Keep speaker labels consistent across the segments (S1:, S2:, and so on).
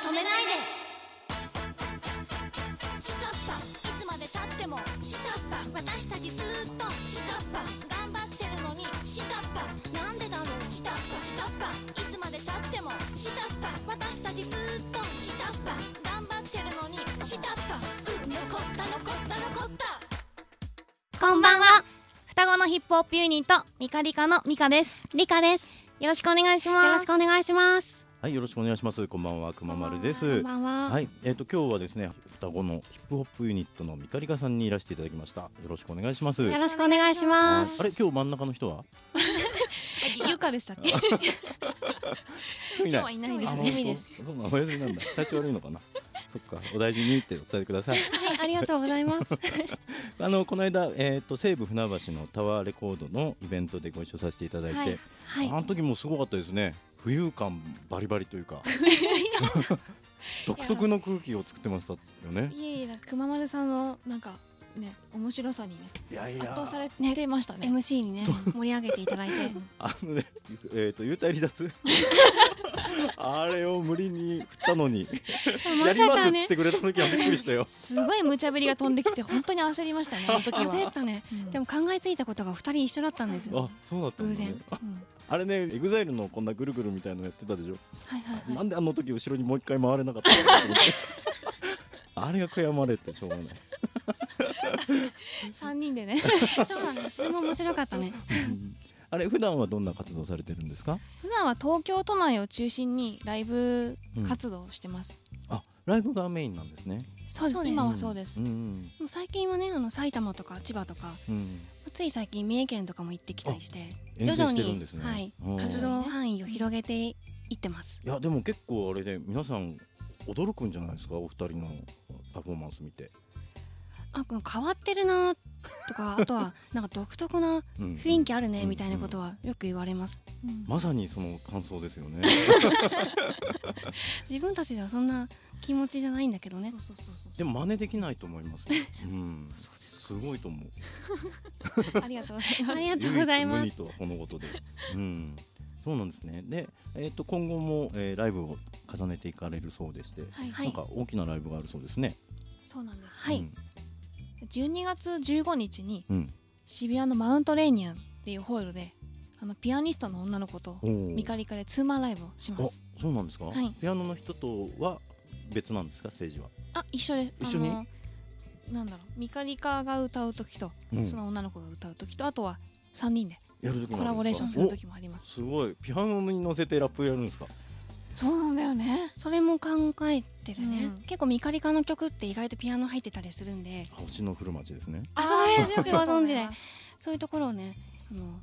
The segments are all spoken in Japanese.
S1: 止めないで
S2: 下っ端いつまでたっても下っ端私たちずーっと下っ端頑張ってるのに下っ端なんでだろう下っ端下っ端いつまでたっても下っ端私たちずーっと下っ端頑張ってるのに下っ端うん残った残った残った
S1: こんばんは双子のヒップホップユニットミカリカのミカです
S3: リカです。
S1: よろしくお願いします
S3: よろしくお願いします。
S4: はい、よろしくお願いします。こんばんは、くままるで
S1: こん
S4: す。
S1: ばんは、
S4: はい、えっ、と今日はですね、双子のヒップホップユニットのミカリカさんにいらしていただきました。よろしくお願いします。
S3: よろしくお願いしま
S4: はい
S3: す。
S4: あれ、今日真ん中の 人は？
S1: ゆかでしたっ け
S4: 今
S1: 今日はいないです
S3: お休みです。
S4: あ本当そうなのお休みなんだ。体調悪いのかな。 そっか、お大事にってお伝えく ださい。
S3: はい、ありがとうございます。
S4: あのこの間、えっ、と西武船橋のタワーレコードのイベントでご一緒させていただいて、
S3: はいはい
S4: あの時もすごかったですね。浮遊感バリバリというか。独特の空気を作ってましたよね。
S5: いえいえ、熊丸さんのなんかね、面白さにね、
S4: いやい
S5: 圧
S4: や。
S5: 倒されてましたね。
S3: MC にね、盛り上げていただいて。
S4: あのね、えっ、と、幽体離脱。あれを無理に振ったのに、やりますっつってくれた時はびっくりしたよ。
S5: すごい無茶ぶりが飛んできて、本当に焦りましたね、あの時
S3: 焦っ
S5: は。
S3: たね。
S5: うん
S3: でも考えついたことが二人一緒だったんですよ。
S4: あ、そうだったんだね
S3: 偶然。
S4: あ
S5: うん
S4: あれね、エグザイルのこんなぐるぐるみたいのやってたでしょ。
S3: はいはいはい。
S4: なんであの時後ろにもう一回回れなかったのかと思ってあれが悔やまれてしょうがない。
S5: 三人でね、
S3: そうなんです。それも面白かったね。
S4: あれ普段はどんな活動されてるんですか？
S5: 普段は東京都内を中心にライブ活動をしてます。
S4: あ、ライブがメインなんですね。
S5: そうです
S3: そうです
S5: 今はそうです
S4: う。ん
S3: もう最近はね、あの埼玉とか千葉とか、
S4: うんうん。
S3: つい最近三重県とかも行ってきたりして、
S4: 遠
S3: 徐
S4: 征
S3: 々
S4: してるん
S3: に
S4: ですね。
S3: はい
S4: うん
S3: 活動範囲を広げていってます。
S4: いやでも結構あれで皆さん驚くんじゃないですかお二人のパフォーマンス見て、
S3: あ、この変わってるなとか、あとはなんか独特な
S4: うん
S3: 雰囲気あるね
S4: うん
S3: みたいなことはよく言われます。
S5: うん
S4: まさにその感想ですよ ね
S3: 自分たちではそんな気持ちじゃないんだけどね。
S5: そうそうそう
S4: でも真似できないと思いますよ、うん、すごいと思う
S5: そうありがとうござい
S3: あり
S5: ます。
S3: がとうございま
S4: 唯
S3: す
S4: 一。無二とはこのことで、うん、そうなんですねで、えー、と今後も、えーライブを重ねていかれるそうでして、
S5: はい
S3: は
S4: ないん。か大きなライブがあるそうですね
S5: そうなんです。
S3: はい
S4: うん
S5: 12月15日に
S4: うん
S5: 渋谷のマウントレーニアンっていうホールで、あのピアニストの女の子と
S4: おー
S5: ミカリカでツーマンライブをしま
S4: あ
S5: す。
S4: そうなんですか、
S3: はい
S4: ピアノの人とは別なんですかステージは、
S5: あ一緒です
S4: 一緒に
S5: あのなんだろうミカリカが歌う時と、
S4: うん
S5: その女の子が歌う時とあとは3人で
S4: やる時もあるんですか
S5: コラボレーションする時もあります
S4: すごいピアノに乗せてラップやるんですか。
S5: そうなんだよね
S3: それも考えてるね。
S5: うん
S3: 結構ミカリカの曲って意外とピアノ入ってたりするんで、
S4: 星の古町ですね。
S3: あそうですよくご存知で
S5: ありがとうございます
S3: そういうところをね、あの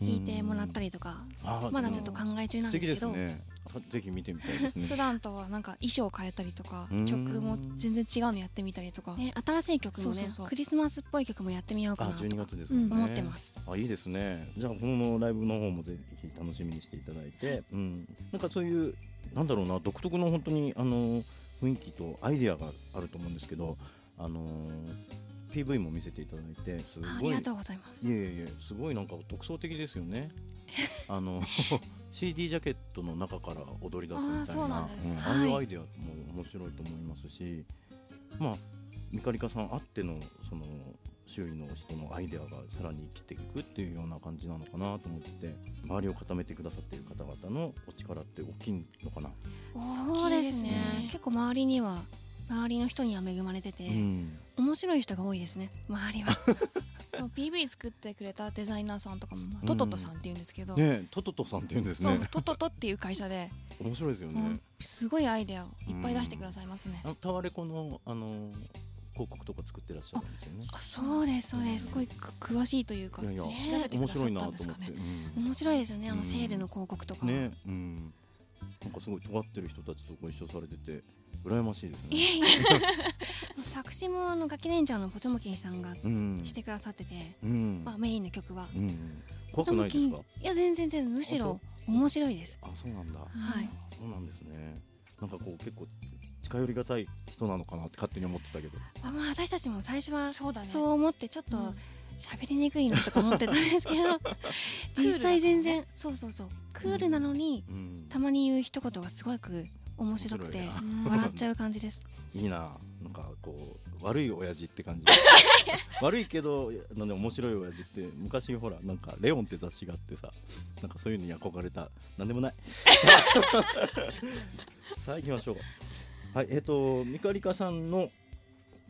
S3: 弾いてもらったりとか、
S4: あー、
S3: まだちょっと考え中
S4: でも
S3: なん
S4: 素
S3: です
S4: 敵で
S3: け
S4: す
S3: ど、
S4: ね。あぜひ見てみたいで す
S5: 普
S4: ね。
S5: 段とはなんか衣装を変えたりとか
S4: うん
S5: 曲も全然違うのやってみたりとか、
S3: ね新しい曲も
S5: そう
S3: ね
S5: そうそう
S3: クリスマスっぽい曲もやってみようか
S4: あ
S3: な、と
S4: 12月ですもんね。
S3: 思ってます。
S4: あ、いいですね。じゃあこのライブの方もぜひ楽しみにしていただいて、うん、なんかそういうなんだろうな独特の本当にあの雰囲気とアイデアがあると思うんですけど、あの PV も見せていただいてす
S3: ああ
S4: ご
S3: り
S4: い。
S3: がとうございます。
S4: いえいえいえすごいなんか独創的です よね。あの CD ジャケットの中から踊り出すみ
S5: あー
S4: た
S5: そ
S4: い
S5: な
S4: うなん
S5: です
S4: うん
S3: はい
S4: ああいうアイデアも面白いと思いますし、まあミカリカさんあってのその周囲の人のアイデアがさらに生きていくっていうような感じなのかなと思って周りを固めてくださっている方々のお力って大きいのかな。
S3: そうですね
S5: 大きい
S3: 結構周りには周りの人には恵まれてて、
S4: うん
S3: 面白い人が多いですね周 りは
S5: その PV 作ってくれたデザイナーさんとかも、まあトトトさんっていうんですけど、
S4: ねえトトトさんっていうんです
S5: そう
S4: ね。
S5: トトトっていう会社で
S4: 面白いですよ
S5: も
S4: ね
S5: う。すごいアイデアをいっぱい出してくださいますね、
S4: あのタワレコのあの広告とか作ってらっしゃるんですよね。
S3: あそうですそうです
S5: すごいく詳しいというか
S4: いやいや
S5: 調べてく
S4: 面
S5: ださ
S4: 白
S5: っ
S4: いなと
S5: た
S4: 思
S5: ん
S4: っ
S5: ですか
S4: て。
S5: ね。
S4: うん
S3: 面白いですよねあ
S4: う
S3: の
S4: ん
S3: シェールの広告とか、
S4: ね、うん。なんかすごい尖ってる人たちとご一緒されてて羨ましいです
S3: い
S4: ね。
S3: やいや作詞もあのガキレンジャーのポチョムキンさんが
S4: うん。
S3: してくださってて、
S4: うん。
S3: まあ、メインの曲は、
S4: うん。
S3: ポ
S4: 怖
S3: チ
S4: く
S3: ョ
S4: な
S3: ム
S4: い
S3: キ
S4: です
S3: ン
S4: か？
S3: いや全然全然むしろ面白いです
S4: あ、そうなんだ。
S3: はい
S4: そうなんですね。なんかこう結構近寄りがたい人なのかなって勝手に思ってたけど。
S3: あまあ私たちも最初
S5: う
S3: は
S5: んそうだね。
S3: そう思ってちょっと喋りにくいなとか思ってたんですけ ど実際全然そうそうそうクールなのに
S4: うん
S3: た。まに言う一言がすごく面白くて
S4: 面白
S3: 笑っちゃう感じ です。
S4: いいななんかこう悪い親父って感 じ悪いけどなんで面白い親父って昔ほらなんか「レオン」って雑誌があってさなんかそういうのに憧れたなんでもない さあ行きましょうかはいえっ、とミカリカさんの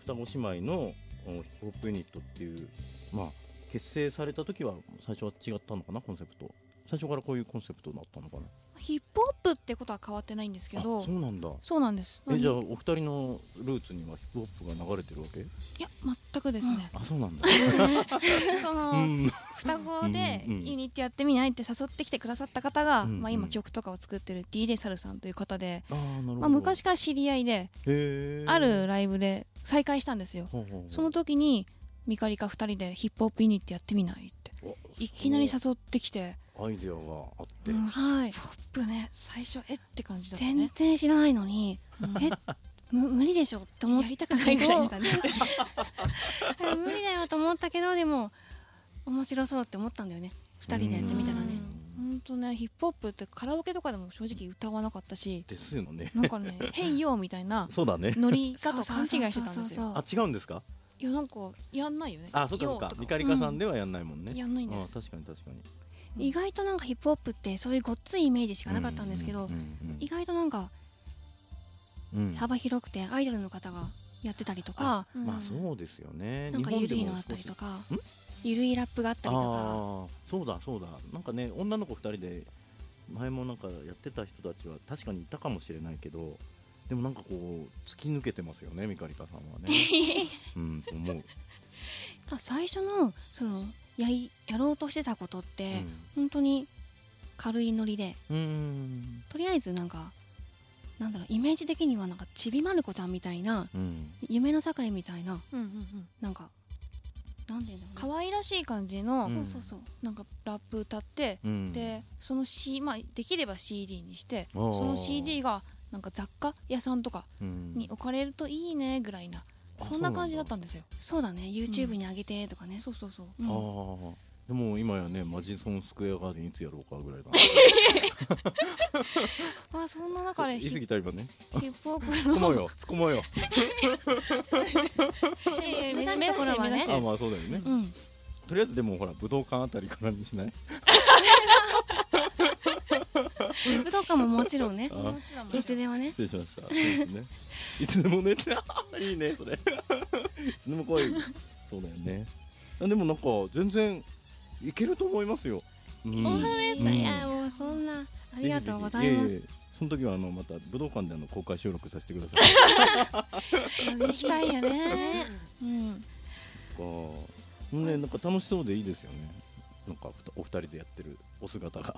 S4: 双子姉妹のおヒップホップユニットっていうまあ結成された時は最初は違ったのかなコンセプト最初からこういうコンセプトだったのかな
S5: ヒップホップってことは変わってないんですけ
S4: あ
S5: ど
S4: そうなんだ
S5: そうなんです
S4: えじゃあお二人のルーツにはヒップホップが流れてるわけ
S5: いや全くですね、
S4: あそうなんだ
S5: そうの
S4: ん
S5: 双子で
S4: うんうん
S5: ユニットやってみないって誘ってきてくださった方が、
S4: うんうん
S5: まあ、今曲とかを作ってる DJ サルさんという方で、
S4: あーなるほど、
S5: まあ、昔から知り合いで
S4: へー
S5: あるライブで再会したんですよ
S4: ほうほうほう
S5: その時にミカリカ2人でヒップホップユニットやってみないって
S4: お
S5: いきなり誘ってきて、
S4: アイデアがあって、
S3: うん
S5: はいヒップホップね最初えって感じだった
S3: 全
S5: ね
S3: 然知らないの に、え、む無理でしょって思っ
S5: やりたくないぐらいの感じ
S3: え無理だよと思ったけどでも面白そうって思ったんだよね二人でやってみたらね
S5: ほんとねヒップホップってカラオケとかでも正直歌わなかったし
S4: ですよね
S5: なんか ね「変よ」みたいな
S4: そうだね
S5: ノリ
S3: だ
S5: だと勘違いしてたんですよ
S4: あ違うんですか
S5: いやなんかやんないよね
S4: あそうかそう
S5: よ
S4: か
S5: と
S4: ミカリカさんではやんないもんね、
S5: やんないんで
S4: あ
S5: す
S4: 確かに確かに
S3: 意外となんかヒップホップってそういうごっついイメージしかなかったんですけど、
S4: うんうん
S3: 意外となんか
S4: うんうん
S3: 幅広くてアイドルの方がやってたりとか、
S5: うん
S4: まあそうですよね
S3: なんか
S4: 日
S3: ゆ
S4: 本
S3: る
S4: で
S3: い
S4: も
S3: のあったりと
S4: 少し
S3: かゆるいラップがあったりとか
S4: あーそうだそうだなんかね女の子2人で前もなんかやってた人たちは確かにいたかもしれないけどでもなんかこう突き抜けてますよねミカリカさんはねうんと思う、
S3: あ最初のそのやりやろうとしてたことって、本当に軽いノリで
S4: うんうん
S3: とりあえずなんかなんだろうイメージ的にはなんかちびまる子ちゃんみたいな
S4: うん
S3: 夢の境みたいな
S5: うんうんうん
S3: なんかなんていうんだろうね
S5: 可愛らしい感じの、
S4: うん
S3: そうそうそう
S5: なんかラップ歌って、
S4: うん
S5: でその、C まあ、できれば CD にして
S4: あー
S5: その CD がなんか雑貨屋さんとか
S4: うん
S5: に置かれるといいねぐらいな、
S4: あ
S5: そんな感じだった
S4: あ
S5: んですよ
S3: そうだね YouTube に上げてとかね、
S5: そうそうそう
S3: うん
S4: ーでも今やねマジソンスクエアガーデンいつやろうかぐらいだな
S5: まあそんな中で
S4: 言い
S5: ヒ
S4: 過
S5: ッ
S4: ぎた今ね
S5: ヒップホップ
S4: 突っ込もう
S5: の
S4: よ突っ込もうよ
S5: えー
S3: 目指した頃はね
S5: 目指して
S4: あまあそうだよね、
S3: うん
S4: とりあえずでもほら武道館あたりからにしない
S3: 武道館ももちろんね
S4: あー
S5: ちろん
S3: いつでもね
S4: 失礼しました。そうですね。いつでもねって いいねそれ。い つでも来い。そうだよね。あでもなんか全然いけると思いますよ。うん。
S3: 本当ですかいや
S4: うん
S3: もうそんなありがとうございま
S4: ぜひぜひえ
S3: す
S4: えその時はあのまた武道館であの公開収録させてくだ さい。
S3: 行きたいよねうん
S4: かねなんか楽しそうでいいですよね。なんかふたお二人でやってるお姿が。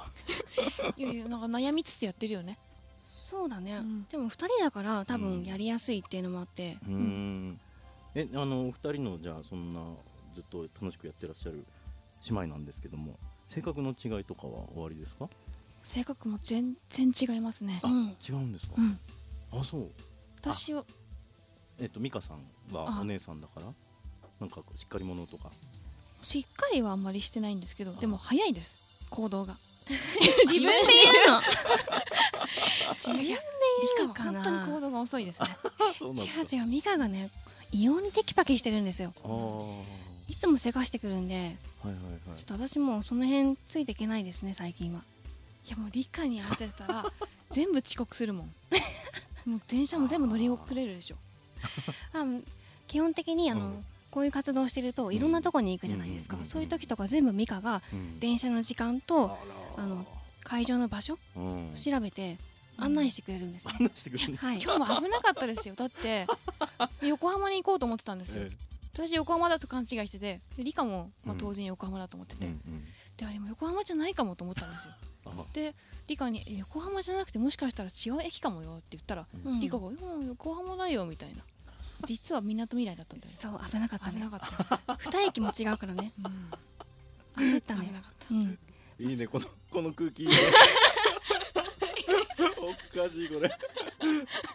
S5: いやいやなんか悩みつつやってるよね
S3: そうだね、
S5: うん
S3: でも二人だから多分やりやすいっていうのもあって、
S4: うーん。えあのお二人のじゃあそんなずっと楽しくやってらっしゃる姉妹なんですけども性格の違いとかはおありですか？
S5: 性格も全然違いますね
S4: あ、
S3: うん
S4: 違うんですか。
S5: うん
S4: あ、そう。
S5: 私は
S4: えっ、と、美香さんは
S5: あ
S4: お姉さんだから。なんかしっかり者とか。
S5: しっかりはあんまりしてないんですけどでも早いです行動が
S3: 自分で 言うの自分で言う
S5: 理
S3: の
S5: 科
S3: か
S5: は
S3: な
S5: 本当に行動が遅いですね
S4: あ、そうなんですか。
S3: 違う違うミカがね異様にテキパキしてるんですよ
S4: ああ。はい
S3: つもせかしてくるんで
S4: いはいは
S3: ちょっと私もうその辺ついていけないですね最近はい
S5: やもう理科に合わせたら全部遅刻するもんもう電車も全部乗り遅れるでしょ
S3: あ基本的にあの、
S4: うん
S3: こういう活動してるといろんなとこに行くじゃないですか、
S4: うんうんうんうん
S3: そういう時とか全部ミカが
S4: い。うん
S3: 電車の時間
S4: あ
S3: と
S4: ら
S3: あの。会場の場所
S4: うん。
S3: 調べて案内してくれるんですね、
S4: 話してくれる。
S3: はい
S5: 今日も危なかったですよだって横浜に行こうと思ってたんですよ、
S4: え
S5: 私横浜だと勘違いしててで理科も、まあ
S4: う、ん
S5: 当然横浜だと思って
S4: え
S5: て、
S4: うんうん。
S5: であれも横浜じゃないかもと思ったんですよ
S4: あ、
S5: で理科にえ「横浜じゃなくてもしかしたら違う駅かもよ」って言ったら、
S3: うん
S5: 理科が「うん横浜だよ」みたいな実はみなとみらいだったんだよね
S3: そう危なかった
S5: 危な
S3: ね
S5: かった、
S3: 二駅も違うからね
S5: うん
S3: 焦った
S5: 危
S3: ね
S5: なかっ
S3: う
S5: た
S3: ん
S4: いいね、この、この空気。おかしい、これ。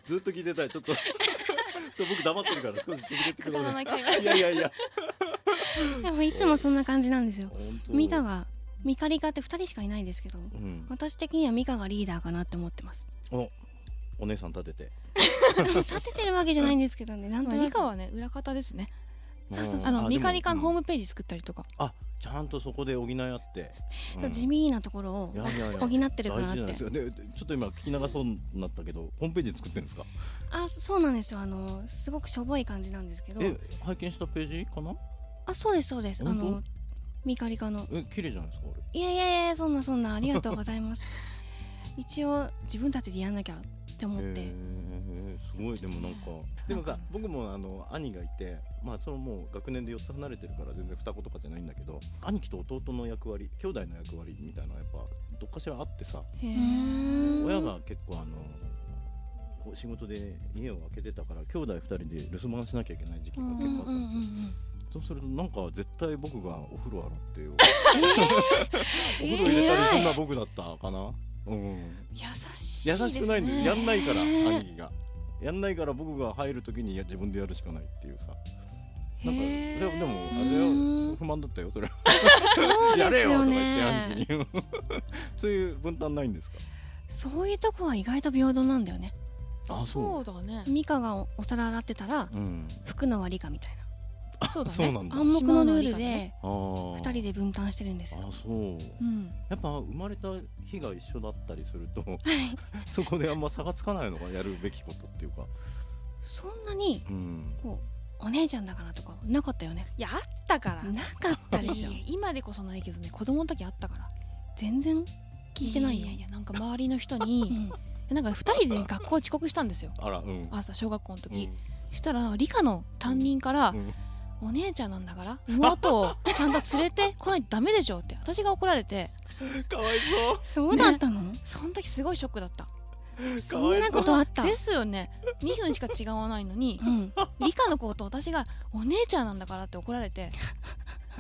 S4: ずっと聞いてたい、ちょっと。ちょ、僕黙ってるから、少し続けてく
S5: くだら
S4: だ
S5: な
S4: さい。
S5: い会話
S4: いやいやいや。
S3: でもいつもそんな感じなんですよ
S4: 本当
S3: ミカ。がミカリカって二人しかいないんですけど
S4: うん。
S3: 私的にはミカがリーダーかなって思ってます
S4: お。お姉さん立てて
S3: 立ててるわけじゃないんですけどねなんと
S5: まあ、
S3: な
S5: 理
S3: く
S5: 科はね裏方ですね
S3: そうそう
S4: うん
S5: あの
S4: でも
S5: ミカリカのホー
S4: うん
S5: ムページ作ったりとか
S4: あちゃんとそこで補い合って、うん
S3: 地味なところを
S4: いやいやいや
S3: 補ってるかなっ
S4: 大事じゃない
S3: て
S4: ですかででちょっと今聞き流そうになったけどホームページ作ってるんですか
S3: あそうなんですよあのすごくしょぼい感じなんですけど
S4: え拝見したページかな
S3: あそうですそうですあ
S4: 本当
S3: のミカリカの
S4: え綺麗じゃないですか
S3: いやいやいやそんなそんなありがとうござい ます一応自分たちでやんなきゃって思
S4: あ
S3: っ
S4: れへ
S3: て
S4: えすごいでもなんかでもさ僕もあの兄がいてまあそのもう学年で4つ離れてるから全然双子とかじゃないんだけど兄貴と弟の役割兄弟の役割みたいなやっぱどっかしらあってさ
S5: へえ
S4: 親が結構あの仕事で家を空けてたから兄弟2人で留守番しなきゃいけない時期が結構あったんですよ、そうするとなんか絶対僕がお風呂洗ってよ、 お風呂入れたりそんな僕だったかな、うん、
S5: 優しいで
S4: 優
S5: す、ね、
S4: しくないんでやんないから
S3: ねえ
S4: 兄貴がやんないから僕が入るときにいや自分でやるしかないっていうさなんか
S5: へえ
S4: でもでもあれ
S3: う
S4: は
S3: ん
S4: 不満だったよそれは
S3: そう
S4: や
S3: で
S4: れ
S3: す
S4: よと
S3: よ
S4: か言って
S3: ね
S4: 兄貴にそういう分担ないんですか
S3: そういうとこは意外と平等なんだよね
S4: あ
S5: そうだね
S3: ミカがお皿洗ってたら
S4: うん
S3: 服の割りかみたい
S5: そうだね
S4: そうなん
S3: な
S4: だ
S3: 暗黙のルール
S5: 島の割りか
S3: で
S5: ね
S4: 2
S3: 二人で分担してるんですよ
S4: あそう
S5: うん
S4: やっぱ生まれた日が一緒だったりすると そこであんま差がつかないのがやるべきことっていうか
S3: そんなに
S4: うん
S3: こうお姉ちゃんだからとかなかったよね
S5: いやあったから
S3: なかったでしょ
S5: いやいや今でこそないけどね子供の時あったから
S3: 全然聞いてないよ
S5: やいやなんか周りの人
S3: う
S5: に
S3: ん
S5: なんか二人でね学校遅刻したんですよ
S4: あらうん
S5: 朝小学校の時、
S4: うん
S5: そしたら理科の担任から、
S4: うん
S5: お姉ちゃんなんだから妹をちゃんと連れてこないとダメでしょって私が怒られて
S4: かわいそ
S3: そうだったの
S5: その時すごいショックだった
S4: う
S3: そんなことあった
S5: ですよね2分しか違わないのに
S3: うん
S5: 理科の子と私がお姉ちゃんなんだからって怒られて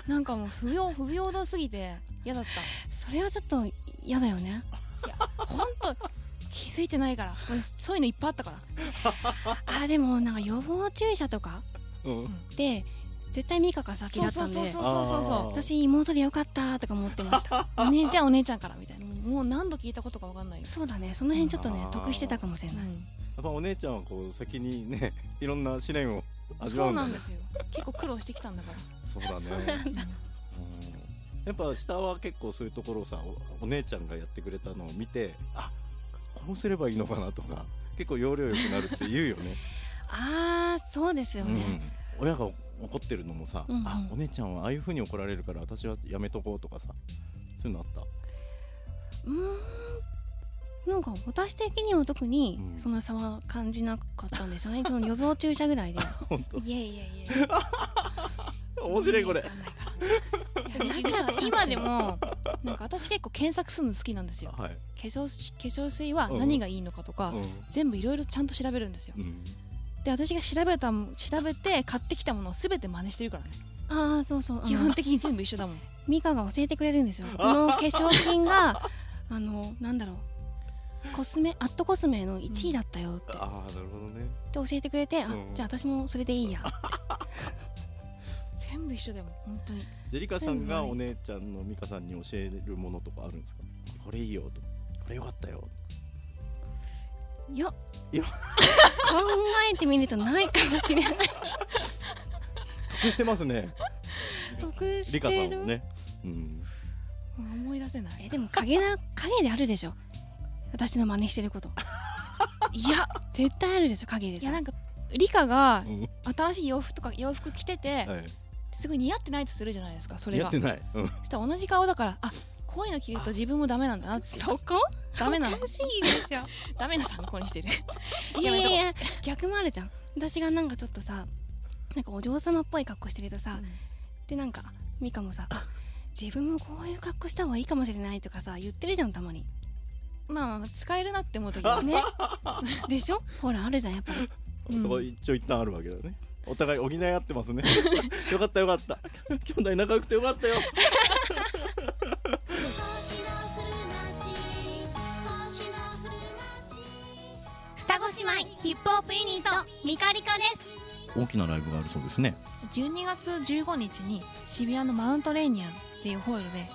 S5: なんかもう不平不平等すぎて嫌だっ
S3: それはちょっと嫌だよね
S5: たほんと気づいてないから俺そういうのいっぱいあったから
S3: あでもなんか予防注射とか
S4: うん
S3: で絶対ミカが先だったんで
S5: そうそうそうそうそう
S4: あー
S3: 私妹でよかったとか思ってました
S5: お姉ちゃんお姉ちゃんからみたいなもう何度聞いたことかわかんないです、
S3: そうだねその辺ちょっとね
S4: あー
S3: 得してたかもしれない
S4: やっぱお姉ちゃんはこう先にね いろんな試練を味
S5: そ
S4: わ
S5: ううん
S4: だ
S5: なん
S4: ね
S5: ですよ結構苦労してきたんだから
S4: そうだねうんやっぱ下は結構そういうところをさおお姉ちゃんがやってくれたのを見てあこうすればいいのかなとか結構要領よくなるって言うよね
S3: あーそうですよね、
S4: うん親が怒ってるのもさ、
S3: うんうん
S4: あお姉ちゃんはああいうふうに怒られるから私はやめとこうとかさそういうのあった
S3: うーんなんか私的には特に
S4: うん
S3: その差は感じなかったんですよね、その予防注射ぐらいで
S4: 本当
S5: いやいやいや
S4: 面白いこれ
S5: わかんないからいや 今でもなんか私結構検索するの好きなんですよ
S4: はい、
S5: 化粧し化粧水は何がいいのかとか、
S4: う
S5: 全部いろいろちゃんと調べるんですよ
S4: んうん、
S5: で私が調べたも調べて買ってきたものを全て真似してるからね
S3: ああそうそうあ
S5: 基
S3: の
S5: 本的に全部一緒だもん
S3: ミカが教えてくれるんですよこの化粧品が あのなんだろうコスメアットコスメの1位だったよって、
S4: ああなるほどね
S3: って教えてくれて、あ
S4: うん
S3: じゃあ私もそれでいいや
S5: 全部一緒だもん本当に
S4: ジェリカさんがお姉ちゃんの美香さんに教えるものとかあるんですかこれいいよとかこれよかったよ
S3: いや
S4: いや
S3: 考えてみるとないかもしれない
S4: 得してますね
S3: 得
S4: 理
S3: し
S4: 香さ
S3: て
S4: ん
S3: る、
S4: もね、うん、
S5: 思い出せない
S3: えでも影だ影であるでしょ私の真似してる こといや絶対あるでしょ影で
S5: いやなん
S3: か
S5: かリカが
S4: うん
S5: 新しい洋服とか洋服着てて
S4: はい
S5: すごい似合ってないとするじゃないですかそれ
S4: や
S5: が
S4: ってない、うん、
S5: そしたら同じ顔だからあこういうの着ると自分もダメなんだなって
S3: そこ
S5: ダメなの
S3: おかしいでしょ
S5: ダメな参考にしてる
S3: い
S5: や
S3: や
S5: め
S3: い
S5: と
S3: や
S5: こう
S3: いや逆もあるじゃん私がなんかちょっとさなんかお嬢様っぽい格好してるとさ、でなんかミカもさあ自分もこういう格好した方がいいかもしれないとかさ言ってるじゃんたまに
S5: まあまあまあ使えるなって思う時はね
S3: ね でしょほらあるじゃんやっぱり
S5: うん
S4: そこ一長一短あるわけだねお互い補い合ってますね よかったよかった兄弟仲良くてよかったよ
S2: 星の降る街星の降る
S1: 双子姉妹ヒップホップユニットミカリカです
S4: 大きなライブがあるそうですね
S5: 12月15日に渋谷のマウントレーニアンっていうホールで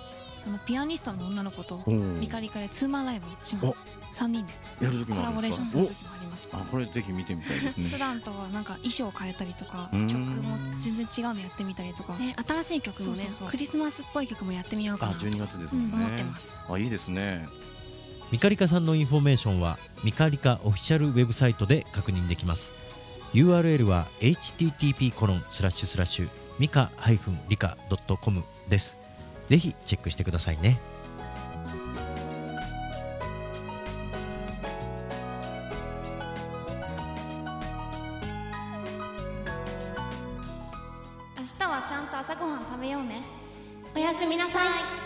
S5: あのピアニストの女の子と
S4: うん
S5: ミカリカでツーマンライブをします3人で
S4: やる時
S5: コ
S4: もあ
S5: ラ
S4: る
S5: ボ
S4: ん
S5: レ
S4: で
S5: ー
S4: す
S5: ション
S4: か
S5: する時もあります
S4: おあこれぜひ見てみたいです
S5: 普
S4: ね
S5: 段とはなんか衣装を変えたりとか
S4: うん
S5: 曲も全然違うのやってみたりとか
S3: ね、新しい曲もね
S5: そうそうそう
S3: クリスマスっぽい曲もやってみようか
S4: あ
S3: な
S4: 12月ですもんね、
S3: 思ってます
S4: あいいですね
S6: ミカリカさんのインフォメーションはミカリカオフィシャルウェブサイトで確認できます URL は http コロンスラッシュスラッシュミカリカ .com ですぜひチェックしてくださいね
S2: 明日はちゃんと朝ごはん食べようねおやすみなさい